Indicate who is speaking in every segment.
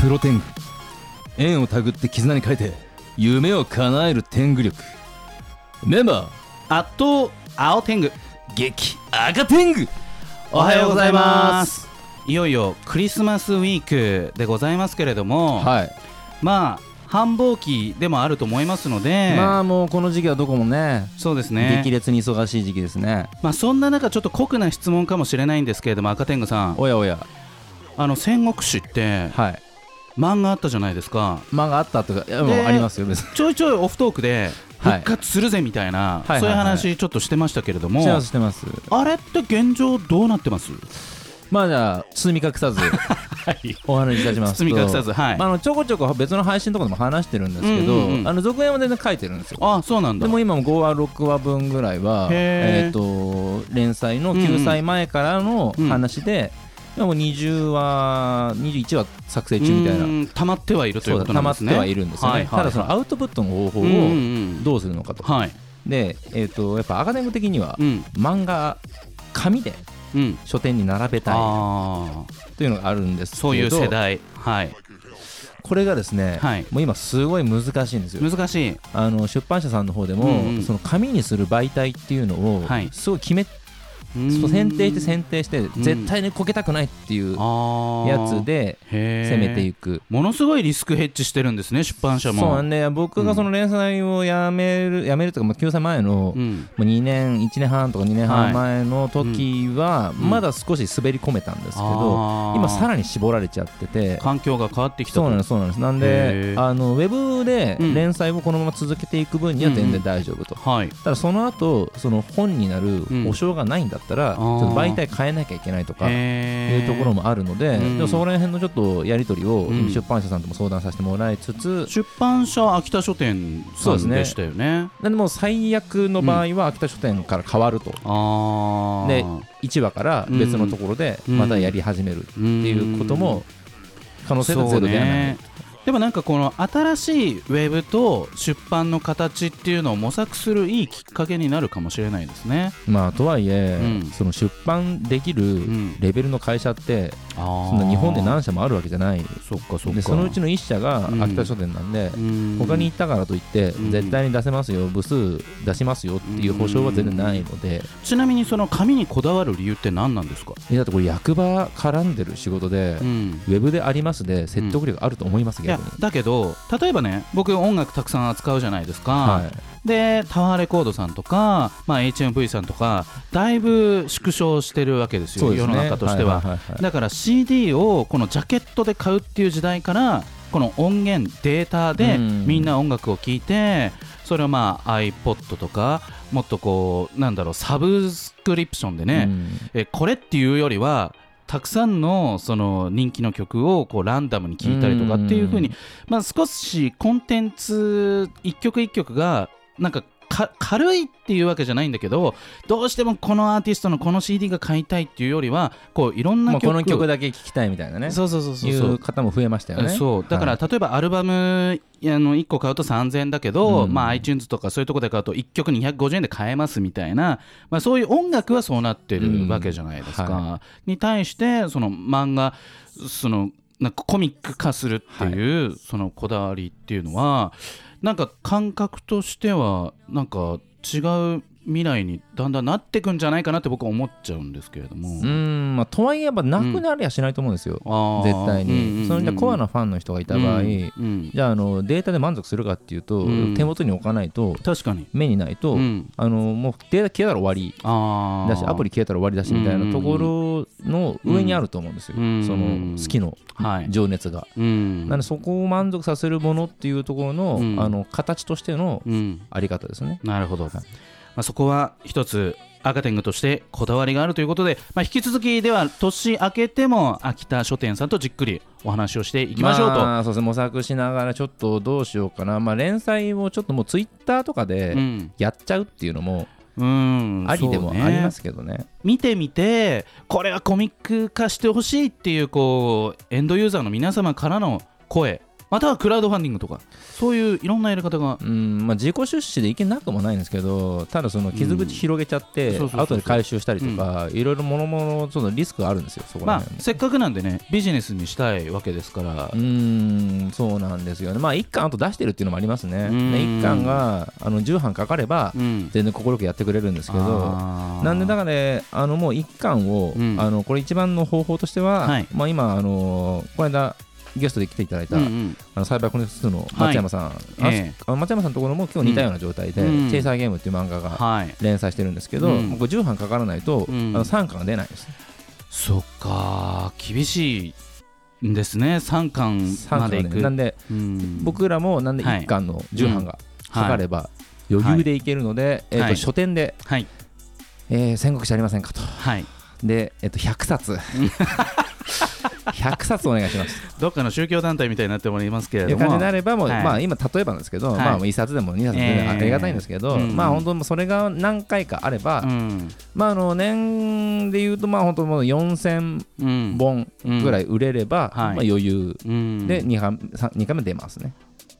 Speaker 1: プロテング縁をたぐって絆に変えて夢を叶える天狗力メンバ
Speaker 2: あっと青天狗
Speaker 1: ー激赤天狗
Speaker 2: おはようございますいよいよクリスマスウィークでございますけれども、
Speaker 1: はい、
Speaker 2: まあ繁忙期でもあると思いますので、
Speaker 1: まあもうこの時期はどこもね
Speaker 2: そうですね
Speaker 1: 激烈に忙しい時期ですね
Speaker 2: まあ、そんな中ちょっと酷な質問かもしれないんですけれども赤天狗さん
Speaker 1: おやおや
Speaker 2: あの戦国史って
Speaker 1: はい
Speaker 2: 漫画あったじゃないですか
Speaker 1: 間があったとかいやもう
Speaker 2: で
Speaker 1: ありますよ別に
Speaker 2: ちょいちょいオフトークで
Speaker 1: はい
Speaker 2: 復活するぜみたいな、
Speaker 1: はいはいはい
Speaker 2: そういう話ちょっとしてましたけれども、
Speaker 1: してますしてます
Speaker 2: あれって現状どうなってます
Speaker 1: まあじゃあ包み隠さずお話しいたしますと
Speaker 2: 包み隠さずはい
Speaker 1: まあ、あのちょこちょこ別の配信とかでも話してるんですけど、
Speaker 2: うんうんうん
Speaker 1: あの続編は全然書いてるんですよ
Speaker 2: あそうなんだ
Speaker 1: でも今も5話6話分ぐらいは、え
Speaker 2: へー
Speaker 1: ー、と連載の救済前からの話で、もう20話21話作成中みたいうな
Speaker 2: ーん溜まってはいると
Speaker 1: そ
Speaker 2: い
Speaker 1: ううだ
Speaker 2: こと
Speaker 1: 溜
Speaker 2: な
Speaker 1: ま
Speaker 2: んで
Speaker 1: って
Speaker 2: すね
Speaker 1: はいるんですよね、
Speaker 2: はいはい
Speaker 1: ただそのアウトプットの方法
Speaker 2: うんうん
Speaker 1: を
Speaker 2: うん
Speaker 1: どうするのかと、
Speaker 2: はい
Speaker 1: で、えー、とやっぱアカデミック的には
Speaker 2: うん
Speaker 1: 漫画紙で
Speaker 2: うん
Speaker 1: 書店に並べたい
Speaker 2: ああ
Speaker 1: というのがあるんですけど
Speaker 2: そういう世代はい
Speaker 1: これがですね、
Speaker 2: はい
Speaker 1: もう今すごい難しいんですよ
Speaker 2: 難しい
Speaker 1: あの出版社さんの方でも、
Speaker 2: うんうん
Speaker 1: その紙にする媒体っていうのを
Speaker 2: はい
Speaker 1: すごい決め、そう選定して選定して絶対にこけたくないっていうや
Speaker 2: や
Speaker 1: つで攻
Speaker 2: 攻
Speaker 1: めていく。
Speaker 2: ものすごいリスクヘッジしてるんですね出版社
Speaker 1: そう
Speaker 2: も
Speaker 1: なんで僕がその連載をやめる、やめるというか、まあ、救済前の、
Speaker 2: う
Speaker 1: も
Speaker 2: ん
Speaker 1: う2年1年半とか2年
Speaker 2: は
Speaker 1: 半
Speaker 2: い
Speaker 1: 前の時は、
Speaker 2: ん
Speaker 1: まだ少し滑り込めたんですけど、
Speaker 2: あー
Speaker 1: 今さらに絞られちゃってて
Speaker 2: 環境が変わってきたと
Speaker 1: そうなんですそうなんですなんで
Speaker 2: へー
Speaker 1: あのウェブで
Speaker 2: うん
Speaker 1: 連載をこのまま続けていく分には全然大丈夫と、
Speaker 2: はい
Speaker 1: ただその後その本になる保証がないんだったら、
Speaker 2: ん
Speaker 1: ちょっと媒体変えなきゃいけないとかい
Speaker 2: へ
Speaker 1: う
Speaker 2: ー
Speaker 1: ところもあるので,、
Speaker 2: うん
Speaker 1: でもそこら辺のちょっとやり取りを
Speaker 2: うん
Speaker 1: 出版社さんとも相談させてもらいつつ、
Speaker 2: 出版社秋田書店さんでしたよね
Speaker 1: なんでもう最悪の場合は秋田書店から変わると、
Speaker 2: ああ
Speaker 1: で1話から別のところで
Speaker 2: うん
Speaker 1: またやり始めるって
Speaker 2: て
Speaker 1: いうことも可能性が
Speaker 2: そ
Speaker 1: ゼ
Speaker 2: う
Speaker 1: ロではない、
Speaker 2: ねでもなんかこの新しいウェブと出版の形っていうのを模索するいいきっかけになるかもしれないですね。
Speaker 1: まあとはいえ、
Speaker 2: うん
Speaker 1: その出版できる
Speaker 2: ん
Speaker 1: レベルの会社って
Speaker 2: あ
Speaker 1: そんな日本で何社もあるわけじゃない
Speaker 2: そっかそっか
Speaker 1: でそのうちの1社が秋田書店なんで、他に行ったからといって、
Speaker 2: うん
Speaker 1: 絶対に出せますよ部数出しますよっていう保証は全然ないので、
Speaker 2: ちなみにその紙にこだわる理由って何なんですか、
Speaker 1: えだってこれ役場絡んでる仕事で、
Speaker 2: ん、
Speaker 1: ウェブでありますで説得力あると思います、
Speaker 2: いや
Speaker 1: 逆に。
Speaker 2: だけど例えばね僕音楽たくさん扱うじゃないですか、
Speaker 1: は
Speaker 2: でタワーレコードさんとか、まあ、HMV さんとかだいぶ縮小してるわけです
Speaker 1: い、
Speaker 2: よ
Speaker 1: そうです
Speaker 2: 世
Speaker 1: ね
Speaker 2: の中としては,、
Speaker 1: いいいはい
Speaker 2: だから CD をこのジャケットで買うっていう時代からこの音源データで
Speaker 1: うん
Speaker 2: みんな音楽を聴いてそれをまあ iPod とかもっとこうなんだろうサブスクリプションでね、
Speaker 1: うん
Speaker 2: えこれっていうよりはたくさんのその人気の曲をこうランダムに聴いたりとかっていう風に
Speaker 1: うん
Speaker 2: まあ、少しコンテンツ一曲一曲がなんかか軽いっていうわけじゃないんだけどどうしてもこのアーティストのこの CD が買いたいっていうよりはこういろんな
Speaker 1: まあ、
Speaker 2: 曲,、
Speaker 1: この曲だけ聴きたいみたいなね
Speaker 2: そうそうそうそう
Speaker 1: い
Speaker 2: そう
Speaker 1: う方も増えましたよね。
Speaker 2: そうだから、
Speaker 1: はい
Speaker 2: 例えばアルバムいやあの1個買うと3000円だけど、
Speaker 1: うん
Speaker 2: まあ、iTunes とかそういうとこで買うと1曲250円で買えますみたいな、まあ、そういう音楽はそうなってるわけじゃないですか。
Speaker 1: うんは
Speaker 2: に対してその漫画そのなんかコミック化するっていう、そのこだわりっていうのはなんか感覚としてはなんか違う未来にだんだんなってくんじゃないかなって僕は思っちゃうんですけれども。
Speaker 1: うんまあ、とはいえやっぱなくなりゃしないと思うんですよ、
Speaker 2: あー
Speaker 1: 絶対に。
Speaker 2: うんうんうん
Speaker 1: そのじゃあコアなファンの人がいた場合、
Speaker 2: うんうん
Speaker 1: じゃああのデータで満足するかっていうと、
Speaker 2: うん
Speaker 1: 手元に置かないと
Speaker 2: 確かに、
Speaker 1: 目にないと、
Speaker 2: うん
Speaker 1: あのもうデータ消えたら終わり
Speaker 2: あー
Speaker 1: だしアプリ消えたら終わりだしみたいなところの上にあると思うんですよ、
Speaker 2: うん
Speaker 1: その好きの
Speaker 2: はい、
Speaker 1: 情熱が。
Speaker 2: うん
Speaker 1: なのでそこを満足させるものっていうところの,、
Speaker 2: うん
Speaker 1: あの形としての
Speaker 2: うん、
Speaker 1: あり方ですね。
Speaker 2: なるほど、まあ、そこは一つ赤天狗としてこだわりがあるということで、まあ、引き続きでは年明けても秋田書店さんとじっくりお話をしていきましょうと、
Speaker 1: あそうですね模索しながらちょっとどうしようかな、まあ、連載をちょっともうツイッターとか
Speaker 2: う
Speaker 1: で
Speaker 2: ん
Speaker 1: やっちゃうっていうのも
Speaker 2: うん、
Speaker 1: ありでもありま
Speaker 2: そうね
Speaker 1: すけどね。
Speaker 2: 見てみてこれはコミック化してほしいっていうこうエンドユーザーの皆様からの声またはクラウドファンディングとかそういういろんなやり方が
Speaker 1: うんまあ、自己出資でいけなくもないんですけどただその傷口広げちゃって、
Speaker 2: うんそうそうそうそ
Speaker 1: 後
Speaker 2: う
Speaker 1: で回収したりとか、いろいろもろもろそのリスクがあるんですよそこら
Speaker 2: まあ
Speaker 1: 辺、
Speaker 2: せっかくなんでねビジネスにしたいわけですから
Speaker 1: うーんそうなんですよね、まあ、1巻あと出してるっていうのもありますね、
Speaker 2: うーん
Speaker 1: ね1巻があの10版かかれば、
Speaker 2: うん
Speaker 1: 全然快くやってくれるんですけど、なんでだ
Speaker 2: か
Speaker 1: からね、あのもう1巻を、
Speaker 2: うん
Speaker 1: あのこれ、一番の方法としては、
Speaker 2: はい
Speaker 1: まあ、今、あのこの間、ゲストで来ていただいた、
Speaker 2: うんうん
Speaker 1: あのサイバーコネクトの松山さん、あ
Speaker 2: ええ
Speaker 1: あの松山さんのところも今日似たような状態で、
Speaker 2: うん
Speaker 1: チェイサーゲームっていう漫画が
Speaker 2: はい
Speaker 1: 連載してるんですけど、
Speaker 2: うん
Speaker 1: もうこれ10版かからないと、
Speaker 2: うん
Speaker 1: あの3巻が出ないです。
Speaker 2: そっか厳しいんですね3巻
Speaker 1: 3
Speaker 2: ま
Speaker 1: 巻
Speaker 2: でい
Speaker 1: が出
Speaker 2: く
Speaker 1: ないなんで、
Speaker 2: うん
Speaker 1: 僕らもなんで1巻の10版がかかれば余裕でいけるので、えーと
Speaker 2: はい
Speaker 1: 書店で、
Speaker 2: はい
Speaker 1: えー戦国史ありませんかと
Speaker 2: はい
Speaker 1: で、えー、と100冊 100冊お願いします
Speaker 2: どっかの宗教団体みたいになってもらいますけれ
Speaker 1: とい
Speaker 2: ど
Speaker 1: う感じ
Speaker 2: も
Speaker 1: になればもう、
Speaker 2: はい
Speaker 1: まあ、今例えばなんですけど、
Speaker 2: はい
Speaker 1: まあ、1冊でも2冊で
Speaker 2: え
Speaker 1: も
Speaker 2: ー
Speaker 1: ありがたいんですけど、
Speaker 2: うん
Speaker 1: まあ本当もうそれが何回かあれば、
Speaker 2: うん
Speaker 1: まあ、あの年でいうとまあ本当もう4000
Speaker 2: うん
Speaker 1: 本ぐらい売れれば、
Speaker 2: うんはい
Speaker 1: まあ、余裕
Speaker 2: うん
Speaker 1: で2巻さ二巻目出ますね。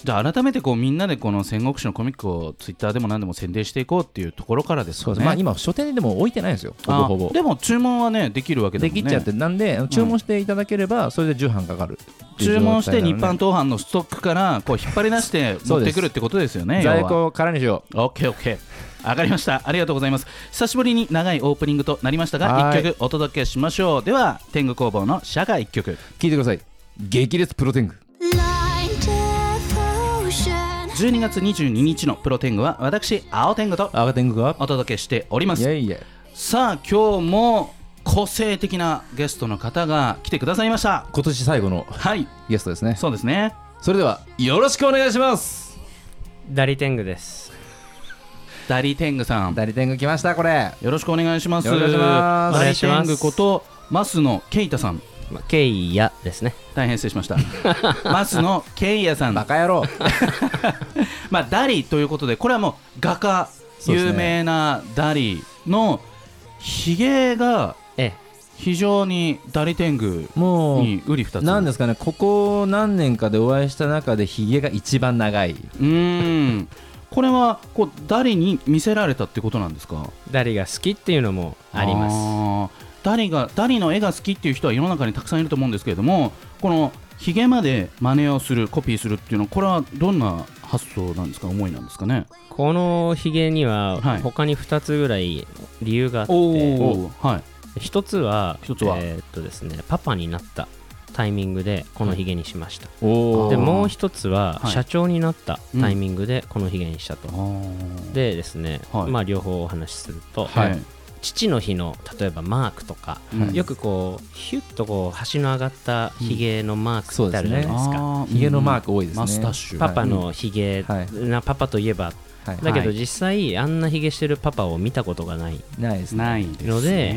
Speaker 2: じゃあ改めてこうみんなでこの戦国史のコミックをツイッターでも何でも宣伝していこうっていうところからです
Speaker 1: そ
Speaker 2: よ
Speaker 1: うです
Speaker 2: ね。
Speaker 1: まあ、今書店にでも置いてないんですよほぼ
Speaker 2: あ
Speaker 1: ほぼ。
Speaker 2: でも注文はねできるわけだ
Speaker 1: で
Speaker 2: もんね
Speaker 1: きちゃってなんであの注文していただければそれで重版かかるっていう
Speaker 2: 注文して日
Speaker 1: 状態なの
Speaker 2: 販当販のストックからこう引っ張り出して
Speaker 1: そ
Speaker 2: 持
Speaker 1: う
Speaker 2: っ
Speaker 1: で
Speaker 2: て
Speaker 1: す
Speaker 2: くるってことですよね
Speaker 1: で在庫を空にしよ
Speaker 2: オッケーオッケー上がりましたありがとうございます久しぶりに長いオープニングとなりましたが
Speaker 1: はい
Speaker 2: 1曲お届けしましょうでは天狗工房の社が1曲
Speaker 1: う聞いてください激烈プロテング
Speaker 3: Blind devotion.
Speaker 2: 12月22日のプロ天狗は私青天狗と
Speaker 1: アガテングが
Speaker 2: お届けしておりま
Speaker 1: い
Speaker 2: す
Speaker 1: やいや
Speaker 2: さあ今日も個性的なゲストの方が来てくださいました
Speaker 1: 今年最後の
Speaker 2: はい
Speaker 1: ゲストですね
Speaker 2: そうですね
Speaker 1: それではよろしくお願いします
Speaker 4: ダリテングです。
Speaker 2: ダリテングさん
Speaker 1: ダリテング来ましたこれ
Speaker 2: よろしくお願いします
Speaker 1: よろしくお願いします
Speaker 2: ダリテングことマスのケイタさん
Speaker 4: まあ、ケイヤですね。
Speaker 2: 大変失礼しました マスのケイヤさん
Speaker 1: バカ野郎
Speaker 2: まあダリということでこれはもう画家、
Speaker 1: そうですね
Speaker 2: 有名なダリのひげが
Speaker 4: え
Speaker 2: 非常にダリ天狗
Speaker 1: もう
Speaker 2: にうり二つ
Speaker 1: なんですかねここ何年かでお会いした中でヒゲが一番長いう
Speaker 2: ーんこれはこうダリに見せられたってことなんですか
Speaker 4: え、ダリが好きっていうのもあります。
Speaker 2: すダリがダリの絵が好きっていう人は世の中にたくさんいると思うんですけれどもこのひげまで真似をするコピーするっていうのはこれはどんな発想なんですか思いなんですかね
Speaker 4: このヒゲには
Speaker 2: はい
Speaker 4: 他に2つぐらい理由があって、
Speaker 2: おおはい
Speaker 4: 1つは
Speaker 2: 一つは
Speaker 4: えーっとですね、パパになったタイミングでこのヒゲにしました。
Speaker 1: お
Speaker 2: ー
Speaker 4: でもう1つは
Speaker 2: はい
Speaker 4: 社長になったタイミングでこのヒゲにしたと。
Speaker 2: あー
Speaker 4: でですね、
Speaker 2: はい
Speaker 4: まあ両方お話しすると、
Speaker 2: はい
Speaker 4: 父の日の例えばマークとか、
Speaker 2: うん
Speaker 4: よくこうヒュッとこう端の上がったヒゲのマークってあるじゃないです
Speaker 2: あ
Speaker 4: か、
Speaker 2: ー
Speaker 1: ヒゲのマーク多いですね
Speaker 2: マスタッシュ
Speaker 4: パパのひげ、
Speaker 1: はい
Speaker 4: なパパといえば、
Speaker 1: はい
Speaker 4: だけど
Speaker 2: はい
Speaker 4: 実際あんなひげしてるパパを見たことがない、
Speaker 1: ないですね
Speaker 2: ないですね
Speaker 4: ので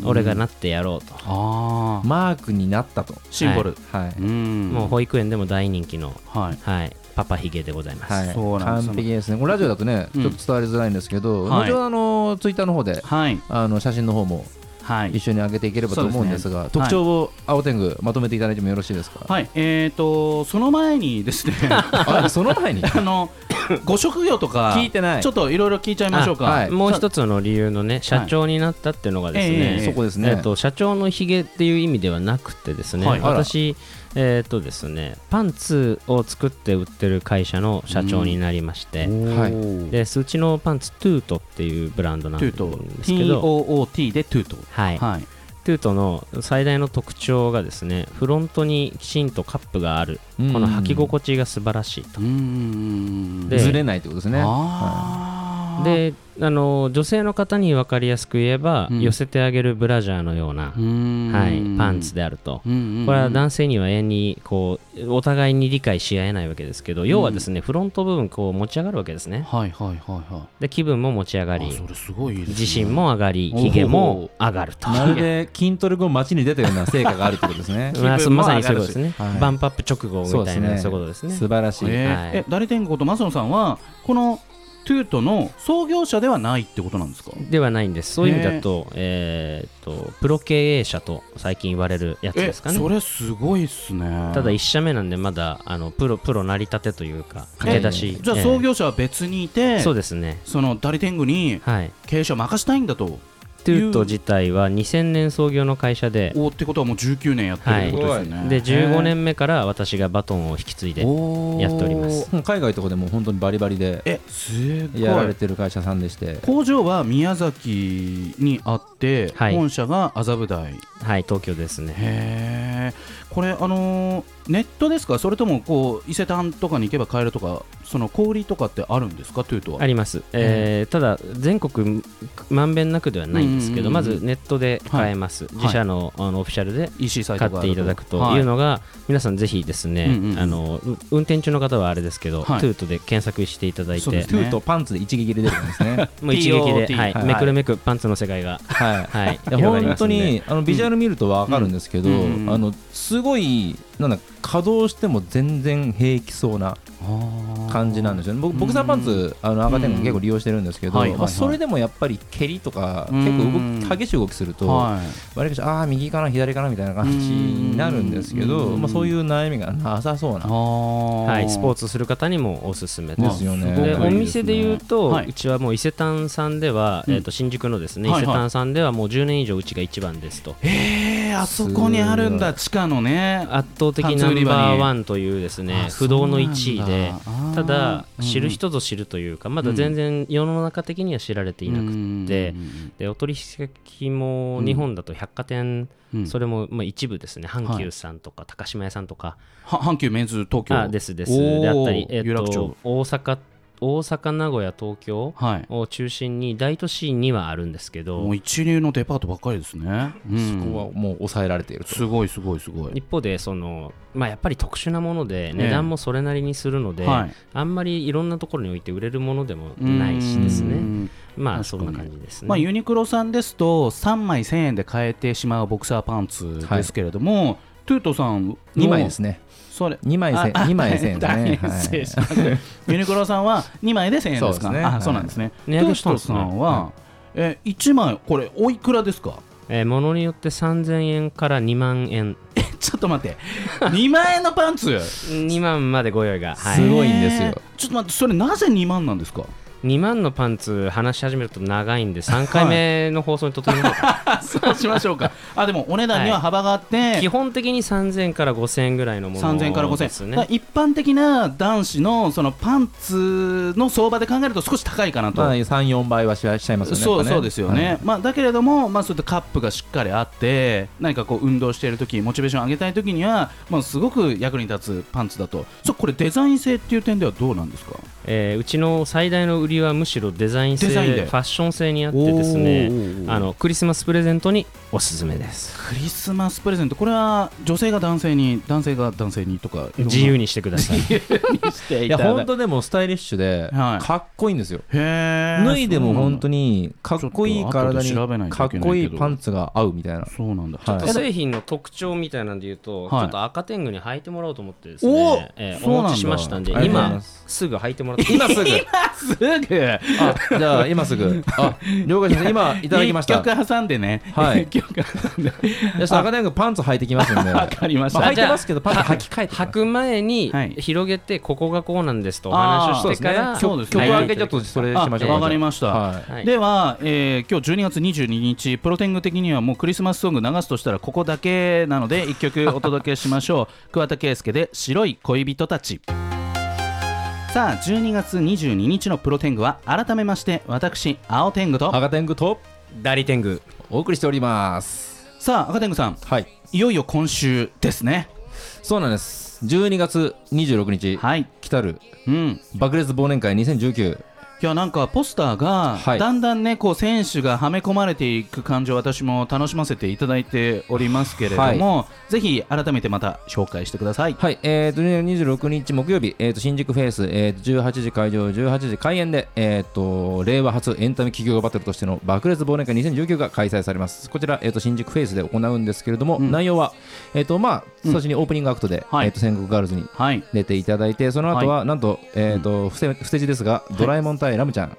Speaker 2: うん
Speaker 4: 俺がなってやろうと、
Speaker 2: あー
Speaker 1: マークになったと
Speaker 2: シンボル
Speaker 1: はい
Speaker 2: うん
Speaker 4: もう保育園でも大人気の、
Speaker 2: はい
Speaker 4: はい、パパひげでございます、
Speaker 1: はい、
Speaker 2: そうなんです
Speaker 1: 完璧ですね。これラジオだとね、
Speaker 2: うん
Speaker 1: ちょっと伝わりづらいんですけど、
Speaker 2: はい
Speaker 1: 後ほどあのツイッターの方で、
Speaker 2: はい
Speaker 1: あの写真の方も
Speaker 2: はい
Speaker 1: 一緒に上げていければと思うんですが、
Speaker 2: そうですね
Speaker 1: 特徴を青天狗まとめていただいてもよろしいですか。
Speaker 2: はいえーとその前にです ね
Speaker 1: あその前に
Speaker 2: あのご職業とか
Speaker 1: 聞いてない
Speaker 2: ちょっといろいろ聞いちゃいましょうか
Speaker 1: あはい
Speaker 4: もう一つの理由のね社長になったっていうのがですね、
Speaker 2: ええ
Speaker 1: そこです
Speaker 4: え
Speaker 1: ね。
Speaker 4: っと社長のひげっていう意味ではなくてですね、
Speaker 2: はいあら
Speaker 4: 私、えっとですね、パンツを作って売ってる会社の社長になりまして、
Speaker 1: はい
Speaker 2: い
Speaker 4: でうちのパンツトゥートっていうブランドなん
Speaker 2: ト
Speaker 4: で
Speaker 2: ゥー
Speaker 4: す
Speaker 2: ト
Speaker 4: けど、
Speaker 2: TOOT でトゥート
Speaker 4: はい
Speaker 2: はい
Speaker 4: トゥートの最大の特徴がですねフロントにきちんとカップがある
Speaker 1: うん
Speaker 4: この履き心地が素晴らしいと
Speaker 2: うーん
Speaker 4: で
Speaker 1: ずれないってことですね。
Speaker 2: あー
Speaker 4: であの女性の方に分かりやすく言えば、
Speaker 2: うん
Speaker 4: 寄せてあげるブラジャーのような
Speaker 2: う、ーん
Speaker 4: はい、パンツであると、
Speaker 2: うんうん
Speaker 4: これは男性には永遠にこうお互いに理解し合えないわけですけど要はですね、フロント部分こう持ち上がるわけですね
Speaker 2: はいはいはいはい
Speaker 4: で気分も持ち上が
Speaker 2: あ
Speaker 4: り
Speaker 2: それすごいいいですね
Speaker 4: 自信も上がりヒゲも上がると。
Speaker 1: まるで筋トレ後街に出たような成果があるってことですね
Speaker 4: まあ
Speaker 2: 気
Speaker 4: そう
Speaker 2: 分も
Speaker 4: まさ
Speaker 2: 上
Speaker 4: に
Speaker 2: が
Speaker 4: そういう
Speaker 2: る
Speaker 4: こ
Speaker 2: し
Speaker 4: とですね、
Speaker 1: はい
Speaker 4: バンプア ップ直後みたいなそういうことですね
Speaker 1: 素晴らしい。
Speaker 2: えー
Speaker 4: はい
Speaker 2: えダリテングことマソンさんはこのトゥートの創業者ではないってことなんですか
Speaker 4: ではないんですそういう意味だと,、えーっとプロ経営者と最近言われるやつ
Speaker 2: え
Speaker 4: ですかね
Speaker 2: それすごいっすね
Speaker 4: ただ1社目なんでまだあのプロプロ成り立てというか駆け出し、
Speaker 2: じゃあ
Speaker 4: ええ
Speaker 2: 創業者は別にいて、
Speaker 4: そうですね
Speaker 2: そのダリ天狗に
Speaker 4: はい
Speaker 2: 経営者を任したいんだと
Speaker 4: トゥート自体は2000年創業の会社で
Speaker 2: おーってことはもう19年やってるってことですよね、
Speaker 4: で15年目から私がバトンを引き継いで
Speaker 2: で
Speaker 4: やっております
Speaker 1: もう海外とかでも本当にバリバリで
Speaker 2: えすごい
Speaker 1: やられてる会社さんでして
Speaker 2: 工場は宮崎にあって、
Speaker 4: はい
Speaker 2: 本社が麻布台
Speaker 4: はい東京ですね
Speaker 2: へえこれあのーネットですかそれともこう伊勢丹とかに行けば買えるとかその小売りとかってあるんですかというとは
Speaker 4: あります、えーただ全国まんべんなくではないんですけど、
Speaker 2: うんうんうん
Speaker 4: まずネットで買えます、
Speaker 2: い
Speaker 4: 自社の,、あのオフィシャルで
Speaker 2: EC サイ
Speaker 4: 買
Speaker 2: ト
Speaker 4: っ
Speaker 2: があ
Speaker 4: て
Speaker 2: る
Speaker 4: いただくと
Speaker 2: はい
Speaker 4: いうのが、皆さんぜひですね、
Speaker 2: うんうん
Speaker 4: あのう運転中の方はあれですけど、
Speaker 2: はい
Speaker 4: トゥートで検索していただい
Speaker 2: そうで
Speaker 4: て
Speaker 2: す
Speaker 1: トゥーとパンツで一撃で出てるんですね
Speaker 4: もう一撃で、
Speaker 2: TOT
Speaker 4: はい
Speaker 1: はい
Speaker 4: めくるめくパンツの世界が、
Speaker 1: はい
Speaker 4: はい、
Speaker 1: いや
Speaker 4: 広がり
Speaker 1: 本
Speaker 4: ます
Speaker 1: 当
Speaker 4: んで
Speaker 1: にあのビジュアル見るとわかるんですけど、
Speaker 2: うんうん
Speaker 1: あのすごいなんだ稼働しても全然平気そうな感じなんですよね僕僕さんパンツあの赤点が結構利用してるんですけど、
Speaker 2: はいはいはい
Speaker 1: まあ、それでもやっぱり蹴りとか
Speaker 2: うん
Speaker 1: 結構動き激しい動きすると、
Speaker 2: は
Speaker 1: わりかしああ右かな左かなみたいな感じになるんですけど、
Speaker 2: うん
Speaker 1: まあ、そういう悩みがなさそう
Speaker 2: い、
Speaker 1: な
Speaker 4: は、
Speaker 2: はい
Speaker 4: スポー
Speaker 2: ツ
Speaker 4: ツする方にもおすすめで
Speaker 1: ですすよ
Speaker 2: あすご
Speaker 1: ね
Speaker 2: くいい
Speaker 4: で
Speaker 2: ですね
Speaker 4: お店で言うと、
Speaker 2: はいう
Speaker 4: ちはもう伊勢丹さんでは、
Speaker 2: うん
Speaker 4: えー、と新宿のですね、
Speaker 2: はいはい
Speaker 4: 伊勢丹さんではもう10年以上うちが一番ですと
Speaker 2: えー、あそこにあるんだ地下のね
Speaker 4: 圧倒的ナンバーワンというですね
Speaker 2: あ
Speaker 4: 不動の1位で
Speaker 2: そうなんだ
Speaker 4: ただ
Speaker 2: あー
Speaker 4: 知る人ぞ知るというかまだ全然世の中的には知られていなくて、てでお取引先も
Speaker 2: うん
Speaker 4: 日本だと百貨店、
Speaker 2: うん
Speaker 4: それもまあ一部ですね阪
Speaker 2: は
Speaker 4: 急
Speaker 2: い
Speaker 4: さんとか高島屋さんとか、
Speaker 2: は阪急メンズ東京
Speaker 4: あですです
Speaker 2: おー
Speaker 4: であったり、えっ
Speaker 2: 有楽
Speaker 4: と
Speaker 2: 町
Speaker 4: 大阪大阪名古屋東京
Speaker 2: はい
Speaker 4: を中心に大都市にはあるんですけど
Speaker 2: もう一流のデパートばっかりですね、うん
Speaker 1: そこはもう抑えられていると
Speaker 2: すごいすごいすごい
Speaker 4: 一方でその、まあ、やっぱり特殊なもので
Speaker 2: え
Speaker 4: 値段もそれなりにするので、
Speaker 2: はい
Speaker 4: あんまりいろんなところにおいて売れるものでもないしです
Speaker 2: う
Speaker 4: ね
Speaker 2: ん
Speaker 4: まあ
Speaker 2: 確
Speaker 4: そ
Speaker 2: か
Speaker 4: ん
Speaker 2: に
Speaker 4: な感じですね、
Speaker 2: まあ、ユニクロさんですと3枚1000円で買えてしまうボクサーパンツですけれども、トゥートさん
Speaker 1: 2枚ですね
Speaker 2: それ
Speaker 1: 2枚
Speaker 2: あ
Speaker 1: 千
Speaker 2: あ
Speaker 1: 2枚千円ですね、
Speaker 2: 大変失
Speaker 1: は
Speaker 2: 礼
Speaker 1: い
Speaker 2: しましたユニクロさんは2枚で1000円ですか
Speaker 1: そうですね
Speaker 2: あそうなんですね、
Speaker 4: 値上げしたんですね
Speaker 2: トゥートさんは、え1枚これおいくらですか
Speaker 4: えーものによって3000円から2万円
Speaker 2: ちょっと待って2万円のパンツ
Speaker 4: 2万までご用意が、はい
Speaker 1: す、ごいんですよ
Speaker 2: えーちょっと待ってそれなぜ2万なんですか
Speaker 4: 2万のパンツ話し始めると長いんで3回目の放送にとってもらおうかな
Speaker 2: あそうしましょうかあでもお値段には幅があって、
Speaker 4: 基本的に3000円から5000円ぐらいのもの
Speaker 2: 3000円から5000
Speaker 4: です
Speaker 2: 円、
Speaker 4: ね
Speaker 2: だから一般的な男子のそのパンツの相場で考えると少し高いかなと、
Speaker 1: まあ、34倍はしちゃいますよね
Speaker 2: そう
Speaker 1: やっぱ
Speaker 2: そうですよね、
Speaker 1: はい
Speaker 2: まあ、だけれども、まあ、そういったカップがしっかりあって何かこう運動している時モチベーション上げたい時には、まあ、すごく役に立つパンツだとそうこれデザイン性っていう点ではどうなんですか
Speaker 4: えーうちの最大の売りはむしろデザイン性
Speaker 2: デザインで
Speaker 4: ファッション性にあってです
Speaker 2: お
Speaker 4: ね
Speaker 2: ー
Speaker 4: あのクリスマスプレゼントにおすすめです
Speaker 2: クリスマスプレゼントこれは女性が男性に男性が男性にとか いろんな
Speaker 4: 自由にしてください
Speaker 2: にしてい
Speaker 1: いや
Speaker 2: ただ
Speaker 1: 本当でもスタイリッシュで
Speaker 2: はい
Speaker 1: かっこいいんですよ、
Speaker 2: へー
Speaker 1: 脱いでも本当
Speaker 2: に
Speaker 1: にかっこいい体
Speaker 2: ちょっと後で調べない
Speaker 1: に
Speaker 2: と
Speaker 1: か
Speaker 2: い
Speaker 1: っ
Speaker 2: けないけど
Speaker 1: こいいパンツが合うみたいな
Speaker 2: そうなんだ、
Speaker 1: はい
Speaker 2: ちょっと
Speaker 4: 製品の特徴みたいなんで言うと、
Speaker 2: はい
Speaker 4: ちょっと赤天狗に履いてもらおうと思ってですね
Speaker 2: お
Speaker 4: えー
Speaker 2: そうなん
Speaker 4: お
Speaker 2: だ
Speaker 4: 持ちしましたんで
Speaker 1: ありがとうござい
Speaker 4: 今
Speaker 1: ます
Speaker 4: すぐ履いてもらって今すぐ
Speaker 2: すぐ
Speaker 1: あじゃあ今すぐあ了解しました今いただきました
Speaker 2: 一曲挟んでね。
Speaker 1: はい
Speaker 2: 一曲挟んで。
Speaker 1: じゃあ赤大学パンツ履いてきますんで
Speaker 2: わかりました。
Speaker 1: まあ履い
Speaker 4: じゃ
Speaker 1: て
Speaker 4: あ
Speaker 1: ますけどパンツ履き替えてきます
Speaker 4: 履く前に
Speaker 2: はい
Speaker 4: 広げてここがこうなんですとお話をしてから、
Speaker 2: あ
Speaker 1: 曲
Speaker 2: ーそうですね
Speaker 1: 曲明けちょっとそれしましょう
Speaker 2: あわかりました
Speaker 1: はい
Speaker 4: はい
Speaker 2: では、えー今日12月22日プロテング的にはもうクリスマスソング流すとしたらここだけなので一曲お届けしましょう桑田佳祐で「白い恋人たち」さあ12月22日のプロテングは改めまして私青天狗と
Speaker 1: 赤天狗と
Speaker 4: ダリ天狗
Speaker 1: お送りしております
Speaker 2: さあ赤天狗さん
Speaker 1: はい
Speaker 2: いよいよ今週ですね
Speaker 1: そうなんです12月26日
Speaker 2: はい
Speaker 1: 来たる
Speaker 2: うん
Speaker 1: 爆裂忘年会2019
Speaker 2: いやなんかポスターが
Speaker 1: はい
Speaker 2: だんだんねこう選手がはめ込まれていく感じを私も楽しませていただいておりますけれども、ぜひ改めてまた紹介してください。
Speaker 1: はい、えー、と26日木曜日、えー、と新宿フェイス、えー、と18時会場、18時開演で、えー、と令和初エンタメ企業バトルとしての爆裂忘年会2019が開催されます。こちら、えー、と新宿フェイスで行うんですけれども、
Speaker 2: うん
Speaker 1: 内容は、えーとまあ、最初にオープニングアクトで、
Speaker 2: はい
Speaker 1: えー、と戦国ガールズに
Speaker 2: はい
Speaker 1: 出ていただいて、その後は、なんと,、えーと伏せ伏せ字ですが、ドラえもん対、さいラムちゃん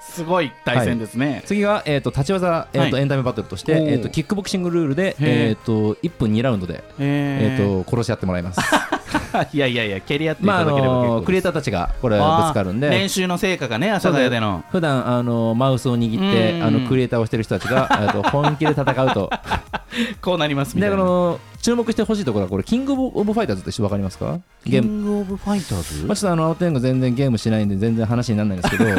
Speaker 2: すごい対戦ですね。
Speaker 1: 次が、えー、と立ち技、えーと
Speaker 2: はい
Speaker 1: エンタメバトルとして、
Speaker 2: おー
Speaker 1: えー、とキックボクシングルールで、
Speaker 2: へー
Speaker 1: えー、と1分2ラウンドで、え
Speaker 2: え
Speaker 1: ー、と殺し合ってもらいます
Speaker 2: と いやいやいや、蹴り合ってい
Speaker 1: まああ
Speaker 2: ただければ結構
Speaker 1: の
Speaker 2: です
Speaker 1: クリエイターたちがこれぶ
Speaker 2: あー
Speaker 1: つかるんで
Speaker 2: 練習の成果がね、阿佐ヶ谷での。
Speaker 1: 普段あのマウスを握っ
Speaker 2: う
Speaker 1: て
Speaker 2: ん
Speaker 1: あのクリエイターをしてる人たち がえーと本気で戦うと
Speaker 2: こうなります みた
Speaker 1: で
Speaker 2: い
Speaker 1: こ
Speaker 2: な。
Speaker 1: の注目してほしいところはこれキングオブファイターズって分かりますかゲ
Speaker 2: キ
Speaker 1: ーム
Speaker 2: ングオブファイターズ
Speaker 1: まあ、ちょっとあの青天狗全然ゲームしないんで全然話にならないんです けど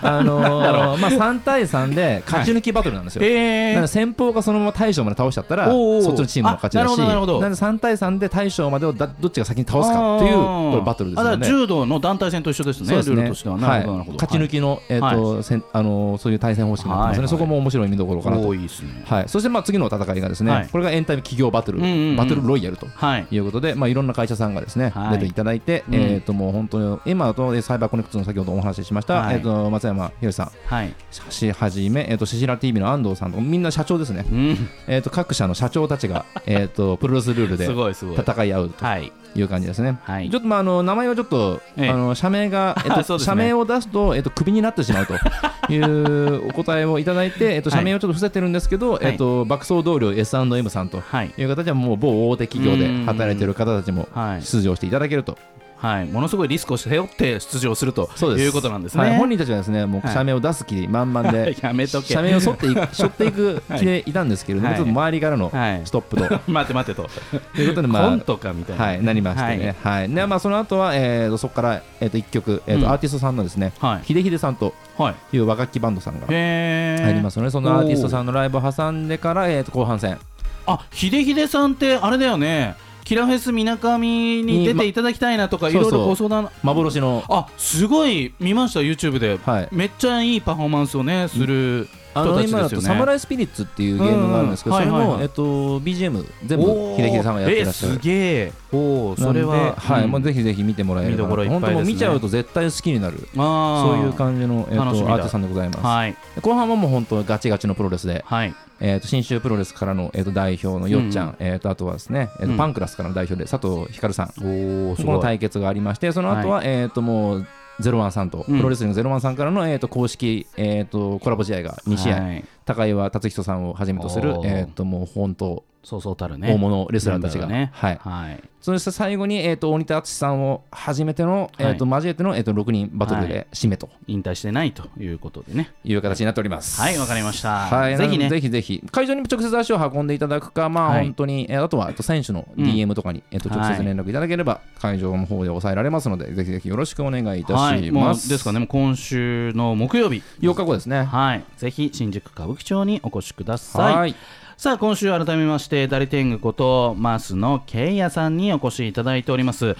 Speaker 1: あのーまあ3対3で勝ち抜きバトルなんですよ、
Speaker 2: え
Speaker 1: なので
Speaker 2: ー、
Speaker 1: 先方がそのまま大将まで倒しちゃったら
Speaker 2: おうおう
Speaker 1: そっちのチームの勝ちだし
Speaker 2: あなるほどなるほど
Speaker 1: んで3対3で大将までをだどっちが先に倒すかっていう
Speaker 2: あー
Speaker 1: これバトルです
Speaker 2: あ
Speaker 1: よ
Speaker 2: だから
Speaker 1: ね。
Speaker 2: 柔道の団体戦と一緒ですね、
Speaker 1: そうですね
Speaker 2: ルールとしては。なるほど、なるほど。
Speaker 1: 勝ち抜きの、えーとせんあのーそういう対戦方式になってますね、
Speaker 2: はいはい
Speaker 1: そこも面白い見どころかなと、
Speaker 2: 多いですね。
Speaker 1: はい、そしてまあ次の戦いがですね、
Speaker 2: はい
Speaker 1: これがエンタメ企業バトル、
Speaker 2: うんうんうん
Speaker 1: バトルロイヤルと
Speaker 2: はい。
Speaker 1: ということで、まあ、いろんな会社さんがですね、
Speaker 2: はい
Speaker 1: 出ていただいて、
Speaker 2: うん
Speaker 1: えっ、と、もう本当に、今だと、えーサイバーコネクトの先ほどお話ししました、
Speaker 2: はい
Speaker 1: えっ、と、松山ひろさん、
Speaker 2: はい。
Speaker 1: しはじめ、えっ、と、シシラ TV の安藤さんとか、みんな社長ですね。
Speaker 2: うん、
Speaker 1: えっ、と、各社の社長たち が、えっと、プロレスルールです
Speaker 2: ごい、すごい。
Speaker 1: 戦い合うと
Speaker 2: はい。
Speaker 1: いう感じですね。
Speaker 2: はい
Speaker 1: ちょっと、まあ、あの、名前をちょっと、
Speaker 2: ええ
Speaker 1: あの、社名が、えっ、
Speaker 2: そう
Speaker 1: と、
Speaker 2: ですね
Speaker 1: 社名を出すと、えっ、と、クビになってしま うというお答えをいただいて、えっ、と、
Speaker 2: はい
Speaker 1: 社名をちょっと伏せてるんですけど、えっ、と、爆走同僚 S&M さんと。
Speaker 2: はい。
Speaker 1: いう形はもう某大手企業で働いてる方たちも
Speaker 2: はい。
Speaker 1: 出場していただけると、
Speaker 2: はい。ものすごいリスクを背負って出場すると
Speaker 1: そうです
Speaker 2: いうことなんです
Speaker 1: はい
Speaker 2: ね。
Speaker 1: 本人たちはですねもう
Speaker 2: はい
Speaker 1: 社名を出す気満々で
Speaker 2: やめとけ。
Speaker 1: 社名を沿 っていく背負っていく気でいたんですけれども、
Speaker 2: はい
Speaker 1: ちょっと周りからの
Speaker 2: はい
Speaker 1: ス。トップと、
Speaker 2: 待て待てと。
Speaker 1: ということで
Speaker 2: コ
Speaker 1: ま
Speaker 2: ントかみた
Speaker 1: あ
Speaker 2: いな。
Speaker 1: はい、なりましてね、はいでまあ、その後は、えーとそこから、えー、と1曲、えーと
Speaker 2: うん
Speaker 1: アーティストさんのですね、
Speaker 2: はい。
Speaker 1: 秀秀さんと
Speaker 2: はい。
Speaker 1: いう和楽器バンドさんが
Speaker 2: へえ。
Speaker 1: 入りますので、そのアーティストさんのライブを挟んでから、えーと後半戦
Speaker 2: あ、秀秀さんってあれだよね。キラフェスみなかみに出ていただきたいなとかい
Speaker 1: にま
Speaker 2: ろいろ
Speaker 1: そ
Speaker 2: ご
Speaker 1: うそ
Speaker 2: 相談。
Speaker 1: 幻の、
Speaker 2: あ、すごい見ました YouTube で。
Speaker 1: はい、
Speaker 2: めっちゃいいパフォーマンスをねする
Speaker 1: あ
Speaker 2: 人
Speaker 1: の
Speaker 2: たちです
Speaker 1: 今だ
Speaker 2: よね。
Speaker 1: と「サムライスピリッツ」っていうゲームがあるんですけど、
Speaker 2: うんうん
Speaker 1: それ
Speaker 2: はいはい
Speaker 1: も、
Speaker 2: はい
Speaker 1: えっと BGM 全部秀秀さんがやってらっしゃ
Speaker 2: おーえー
Speaker 1: る
Speaker 2: すげえ。おお、そ
Speaker 1: なんで
Speaker 2: れは。
Speaker 1: はい、
Speaker 2: うん
Speaker 1: もうぜひぜひ見てもらえれ
Speaker 2: 見ど
Speaker 1: ば
Speaker 2: ころいっぱい
Speaker 1: 本
Speaker 2: です
Speaker 1: 当
Speaker 2: ね
Speaker 1: もう見ちゃうと絶対好きになる
Speaker 2: あ
Speaker 1: そ
Speaker 2: ー
Speaker 1: ういう感じの、えっとア
Speaker 2: 楽しみだ
Speaker 1: ーティストさんでございます、
Speaker 2: はい
Speaker 1: 後半はもう本当ガチガチのプロレスで、
Speaker 2: はい。
Speaker 1: えっと新州プロレスからの、えっと代表のよっちゃん、えっとあとはですね、えっと
Speaker 2: うん
Speaker 1: パンクラスからの代表で佐藤ひかるさん、
Speaker 2: おお、す
Speaker 1: この
Speaker 2: ごい。
Speaker 1: 対決がありましてその後は、えっともうゼロワンさんと、
Speaker 2: うん
Speaker 1: プロレスリングゼロワンさんからの、えっと公式、えっとコラボ試合が2試合、
Speaker 2: はい
Speaker 1: 高岩達人さんをはじめとする
Speaker 2: お、ー
Speaker 1: えっともう本当
Speaker 2: そうそうたるね。
Speaker 1: 大物レスラーたちが、
Speaker 2: メンバね
Speaker 1: はい、
Speaker 2: はい。
Speaker 1: そして最後に、えー、と大仁田淳さんを初めての、
Speaker 2: はい
Speaker 1: えー、と交えての、えー、と6人バトル
Speaker 2: は
Speaker 1: で締めと
Speaker 2: 引退してないということでね。
Speaker 1: いう形になっております。
Speaker 2: はい、わかりました。
Speaker 1: はい、
Speaker 2: ぜひね。
Speaker 1: ぜひぜひ会場に直接足を運んでいただくか、まあ、
Speaker 2: はい
Speaker 1: 本当に、えーあとはえーと選手の
Speaker 2: うん
Speaker 1: DM とかに、えー、と直
Speaker 2: は
Speaker 1: 接
Speaker 2: い
Speaker 1: 連絡いただければ、会場の方で抑えられますので、ぜひぜひよろしくお願いいたします。
Speaker 2: はい、もうですかね、もう今週の木曜日。
Speaker 1: 8日後ですね。
Speaker 2: はい、ぜひ新宿歌舞伎町にお越しください。
Speaker 1: はい、
Speaker 2: さあ今週改めましてダリテングことマスのケイヤさんにお越しいただいております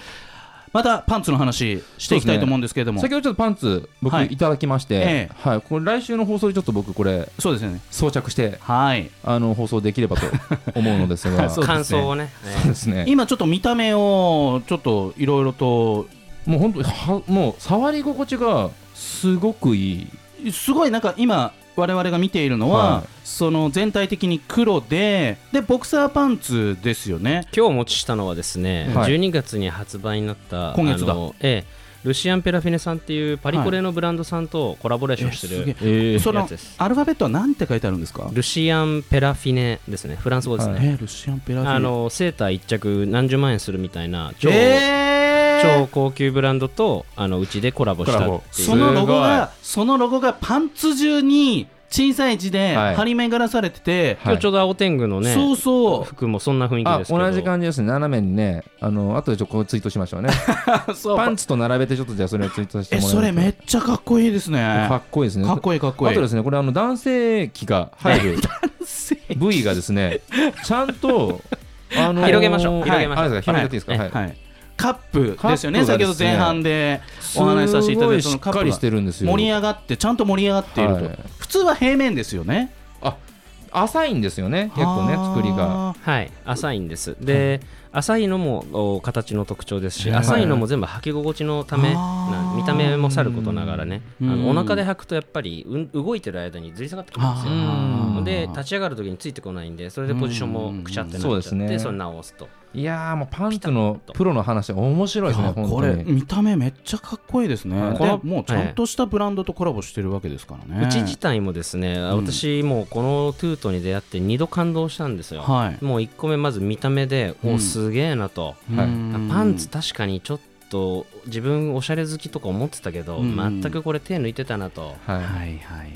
Speaker 2: またパンツの話していきたいと思うんですけれども
Speaker 1: 先ほどちょっとパンツ、僕、
Speaker 2: はい
Speaker 1: い、ただきまして、
Speaker 2: ええ
Speaker 1: はい、これ来週の放送でちょっと僕、これ、
Speaker 2: そうですよね
Speaker 1: 装着して、
Speaker 2: はい
Speaker 1: あの放送できれば と思うのですが、そう
Speaker 2: そですね
Speaker 4: 感想をね。
Speaker 1: うですね。
Speaker 2: 今ちょっと見た目をちょっといろいろと
Speaker 1: もう本当はもう触り心地がすごくいい
Speaker 2: すごいなんか今我々が見ているのは、
Speaker 1: はい
Speaker 2: その全体的に黒ででボクサーパンツですよね
Speaker 4: 今日お持ちしたのはですね、
Speaker 1: はい
Speaker 4: 12月に発売になった
Speaker 2: 今月だ
Speaker 4: あのええルシアン・ペラフィネさんっていうパリコレのブランドさんとコラボレーションして
Speaker 2: えす
Speaker 4: る、
Speaker 2: げえ
Speaker 1: え
Speaker 2: そ
Speaker 4: や
Speaker 2: の
Speaker 4: つです
Speaker 2: アルファベットは何て書いてあるんですか
Speaker 4: ルシアン・ペラフィネですねフランス語ですね、
Speaker 1: は
Speaker 2: えルシアン・ペラフィ
Speaker 4: あのセーター一着何十万円するみたいな超,、
Speaker 2: えー
Speaker 4: 超高級ブランドとあのうちでコラボしたっていう
Speaker 2: そのロゴがそのロゴがパンツ中に小さい字で
Speaker 1: はい
Speaker 2: 張り巡らされてて、
Speaker 1: は
Speaker 4: 今日ちょうど青天狗のね、
Speaker 2: そうそ
Speaker 4: 服もそんな雰囲気
Speaker 1: あ
Speaker 4: ですけど
Speaker 1: 同じ感じですね斜めにねあの後でちょっとこうツイートしましょうね
Speaker 2: う そう
Speaker 1: パンツと並べてちょっとじゃあそれをツイートして
Speaker 2: え
Speaker 1: もら
Speaker 2: それめ
Speaker 1: っ
Speaker 2: っちゃかっこいいですね
Speaker 1: か
Speaker 2: か
Speaker 1: っこいいですね
Speaker 2: っこいいかっこいい
Speaker 1: あとですねこれあの男性器が入る部位がですねちゃんとあのー
Speaker 4: 広げましょう
Speaker 1: はい
Speaker 4: 広げましょう
Speaker 1: あれですか広げていいですか
Speaker 4: はい
Speaker 1: はい
Speaker 2: はい、カップですよね
Speaker 1: カップがですね
Speaker 2: 先ほど前半でお話しさせていただい
Speaker 1: す
Speaker 2: たそ
Speaker 1: ごいし
Speaker 2: のカ
Speaker 1: っ
Speaker 2: ッ
Speaker 1: か
Speaker 2: プ
Speaker 1: り
Speaker 2: が
Speaker 1: してるんですよ
Speaker 2: 盛り上がってちゃんと盛り上がっていると、
Speaker 1: はい
Speaker 2: 普通は平面ですよね
Speaker 1: あ浅いんですよね結構ね
Speaker 2: あー
Speaker 1: 作りが
Speaker 4: はい、浅いんです。で、浅いのもお形の特徴ですし、
Speaker 2: はい
Speaker 4: 浅いのも全部履き心地のためな
Speaker 2: あー
Speaker 4: 見た目もさることながらね、
Speaker 2: うん
Speaker 4: あのお腹で履くとやっぱりうん動いてる間にずり下がってくるんですよ
Speaker 2: あー
Speaker 4: で立ち上がるときについてこないんでそれでポジションもくちゃってなっち
Speaker 1: うん
Speaker 4: ゃ
Speaker 1: そう
Speaker 4: っ
Speaker 1: です
Speaker 4: て、
Speaker 1: ね
Speaker 4: それ直すと
Speaker 1: いやーもうパンツのプロの話面白いですね
Speaker 2: いや
Speaker 1: 本当
Speaker 2: これ
Speaker 1: に
Speaker 2: 見た目めっちゃかっこいいですね、
Speaker 1: はい
Speaker 2: で
Speaker 1: この
Speaker 2: もうちゃんとしたブランドとコラボしてるわけですからね、
Speaker 4: うち自体もですね、
Speaker 2: ん
Speaker 4: 私もうこのトゥートに出会って2度感動したんですよ、
Speaker 2: はい
Speaker 4: もう1個目まず見た目で、
Speaker 2: うん
Speaker 4: おすげえなと、
Speaker 1: はい
Speaker 2: うん
Speaker 4: パンツ確かにちょっと自分おしゃれ好きとか思ってたけど、
Speaker 2: うん
Speaker 4: 全くこれ手抜いてたなと、
Speaker 1: はい
Speaker 2: はいはいはいはい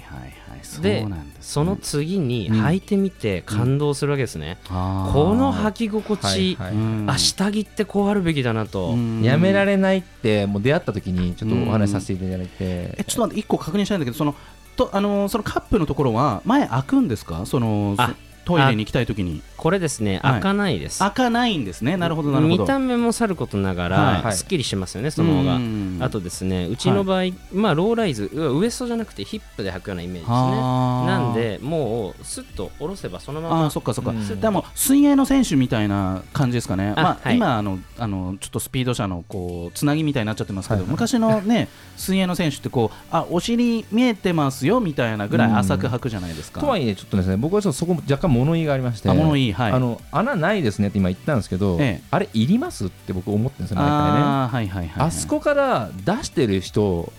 Speaker 2: そ
Speaker 4: で
Speaker 2: うなんですね
Speaker 4: その次に
Speaker 2: うん
Speaker 4: 履いてみて感動するわけですね、
Speaker 2: あー
Speaker 4: この履き心地、
Speaker 1: はい
Speaker 2: うん
Speaker 4: あ下着ってこうあるべきだなと、
Speaker 2: うん
Speaker 1: やめられないってもう出会った時にちょっとお話しさせていただい
Speaker 2: え
Speaker 1: て
Speaker 2: ちょっと待って一個確認したいんだけどそのとあのーそのカップのところは前開くんですかその
Speaker 4: あ
Speaker 2: そトイレに行きたいときに
Speaker 4: これです
Speaker 2: は
Speaker 4: ね
Speaker 2: い
Speaker 4: 開かないです、
Speaker 2: 開かないんですねなるほどなるほど
Speaker 4: 見た目もさることながら、
Speaker 2: はい
Speaker 1: はい
Speaker 4: すっきりしますよねその方が、
Speaker 2: うん
Speaker 4: あとですねうちの場合、まあローライズうわウエストじゃなくてヒップで履くようなイメージですね
Speaker 2: あー
Speaker 4: なんでもうスッと下ろせばそのまま
Speaker 2: あーそっかそっか、
Speaker 1: うん
Speaker 2: でも水泳の選手みたいな感じですかね、
Speaker 4: あ
Speaker 2: まあ
Speaker 4: はい
Speaker 2: 今あのあの、ちょっとスピード車のこうつなぎみたいになっちゃってますけど、
Speaker 1: はいはい
Speaker 2: 昔の、ね、水泳の選手ってこうあ、お尻見えてますよみたいなぐらい浅く履くじゃないですか。
Speaker 1: とはいえちょっとですね僕はちょっとそこ若干物言いがありまして
Speaker 2: あ物言いはい
Speaker 1: あの穴ないですねって今言ったんですけど
Speaker 2: ええ
Speaker 1: あれいりますって僕思ってるんですよ毎回ね
Speaker 2: あーはいはいはいはい
Speaker 1: あそこから出してる人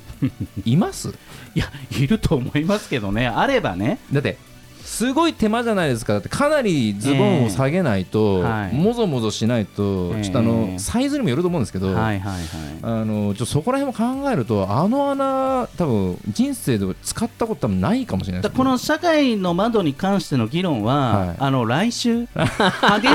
Speaker 1: い ます
Speaker 2: いやいると思いますけどね、あればね、
Speaker 1: だってすごい手間じゃないですかだってかなりズボンを下げないと、
Speaker 2: ええはい
Speaker 1: もぞもぞしないと、
Speaker 2: ええ
Speaker 1: ちょっとあのサイズにもよると思うんですけど、
Speaker 2: はいはいはい、
Speaker 1: あのちょっとそこら辺も考えるとあの穴多分人生で使ったこと多分ないかもしれないで
Speaker 2: だ
Speaker 1: すね
Speaker 2: この社会の窓に関しての議論は、
Speaker 1: はい
Speaker 2: あの 来週、激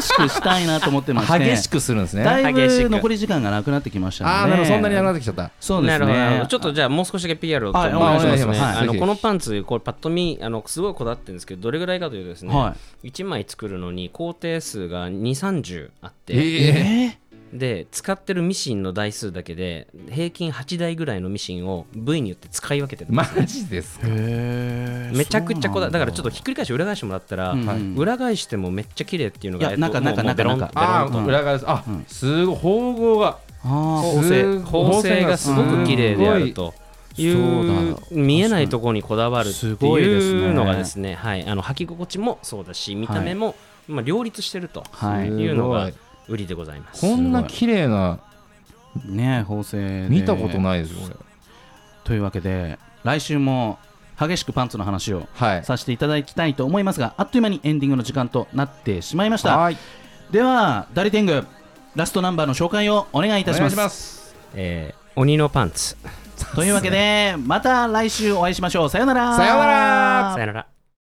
Speaker 2: しくしたいなと思ってまして、
Speaker 1: 激しくするんですね
Speaker 2: だい
Speaker 4: 激し
Speaker 2: ぶ
Speaker 4: く
Speaker 2: 残り時間がなくなってきましたので、
Speaker 1: ああなるほどそんなになくなってきちゃった
Speaker 2: そうですね。
Speaker 4: なるほどなるほどちょっとじゃあもう少しだけ PR をちょっとお願いしますね、
Speaker 1: あはい
Speaker 4: あの
Speaker 1: ぜひ
Speaker 4: このパンツこれパッと見あのすごいこだわってるんですけどどれぐらいかというとですね、
Speaker 2: は
Speaker 4: 1枚作るのに工程数が2 3 0あって、
Speaker 2: い。
Speaker 1: ええ
Speaker 4: で使ってるミシンの台数だけで平均8台ぐらいのミシンを部位によって使い分けてる
Speaker 1: マジですか
Speaker 2: へー
Speaker 4: めちゃくちゃこだだからちょっと
Speaker 2: そ
Speaker 4: ひっくり返して裏返してもらったら、
Speaker 2: うんうん
Speaker 4: 裏返してもめっちゃ綺麗っていうのが
Speaker 2: いやなんか
Speaker 4: も
Speaker 2: なん
Speaker 4: う
Speaker 2: か
Speaker 4: もうベロン
Speaker 2: なんか
Speaker 4: ベロン
Speaker 1: あ
Speaker 2: ベロン
Speaker 1: あ
Speaker 2: と
Speaker 1: 裏側ですあ、
Speaker 2: うん
Speaker 1: すごい縫合が
Speaker 2: うなんだあ
Speaker 1: す
Speaker 2: ー縫製
Speaker 4: 縫製がすごく綺麗であるとい
Speaker 2: そう
Speaker 4: う
Speaker 2: だ
Speaker 4: 見えないところにこだわるって
Speaker 2: すごいです
Speaker 4: い
Speaker 2: ね
Speaker 4: うのがですねはい、あの履き心地もそうだし見た目も、まあ、両立してると
Speaker 2: はい
Speaker 4: いうのが
Speaker 1: す
Speaker 4: 売りでございます。
Speaker 1: こんな綺麗な
Speaker 2: ね縫製で
Speaker 1: 見たことないですよこれ
Speaker 2: というわけで来週も激しくパンツの話を
Speaker 1: はい
Speaker 2: させていただきたいと思いますがあっという間にエンディングの時間となってしまいました
Speaker 1: はい
Speaker 2: ではダリテングラストナンバーの紹介をお願いい
Speaker 1: お
Speaker 2: たし
Speaker 1: 願
Speaker 2: ま
Speaker 1: い
Speaker 2: す
Speaker 1: します
Speaker 4: えー鬼のパンツ
Speaker 2: というわけでまた来週お会いしましょうさようなら
Speaker 1: さようなら
Speaker 4: さよなら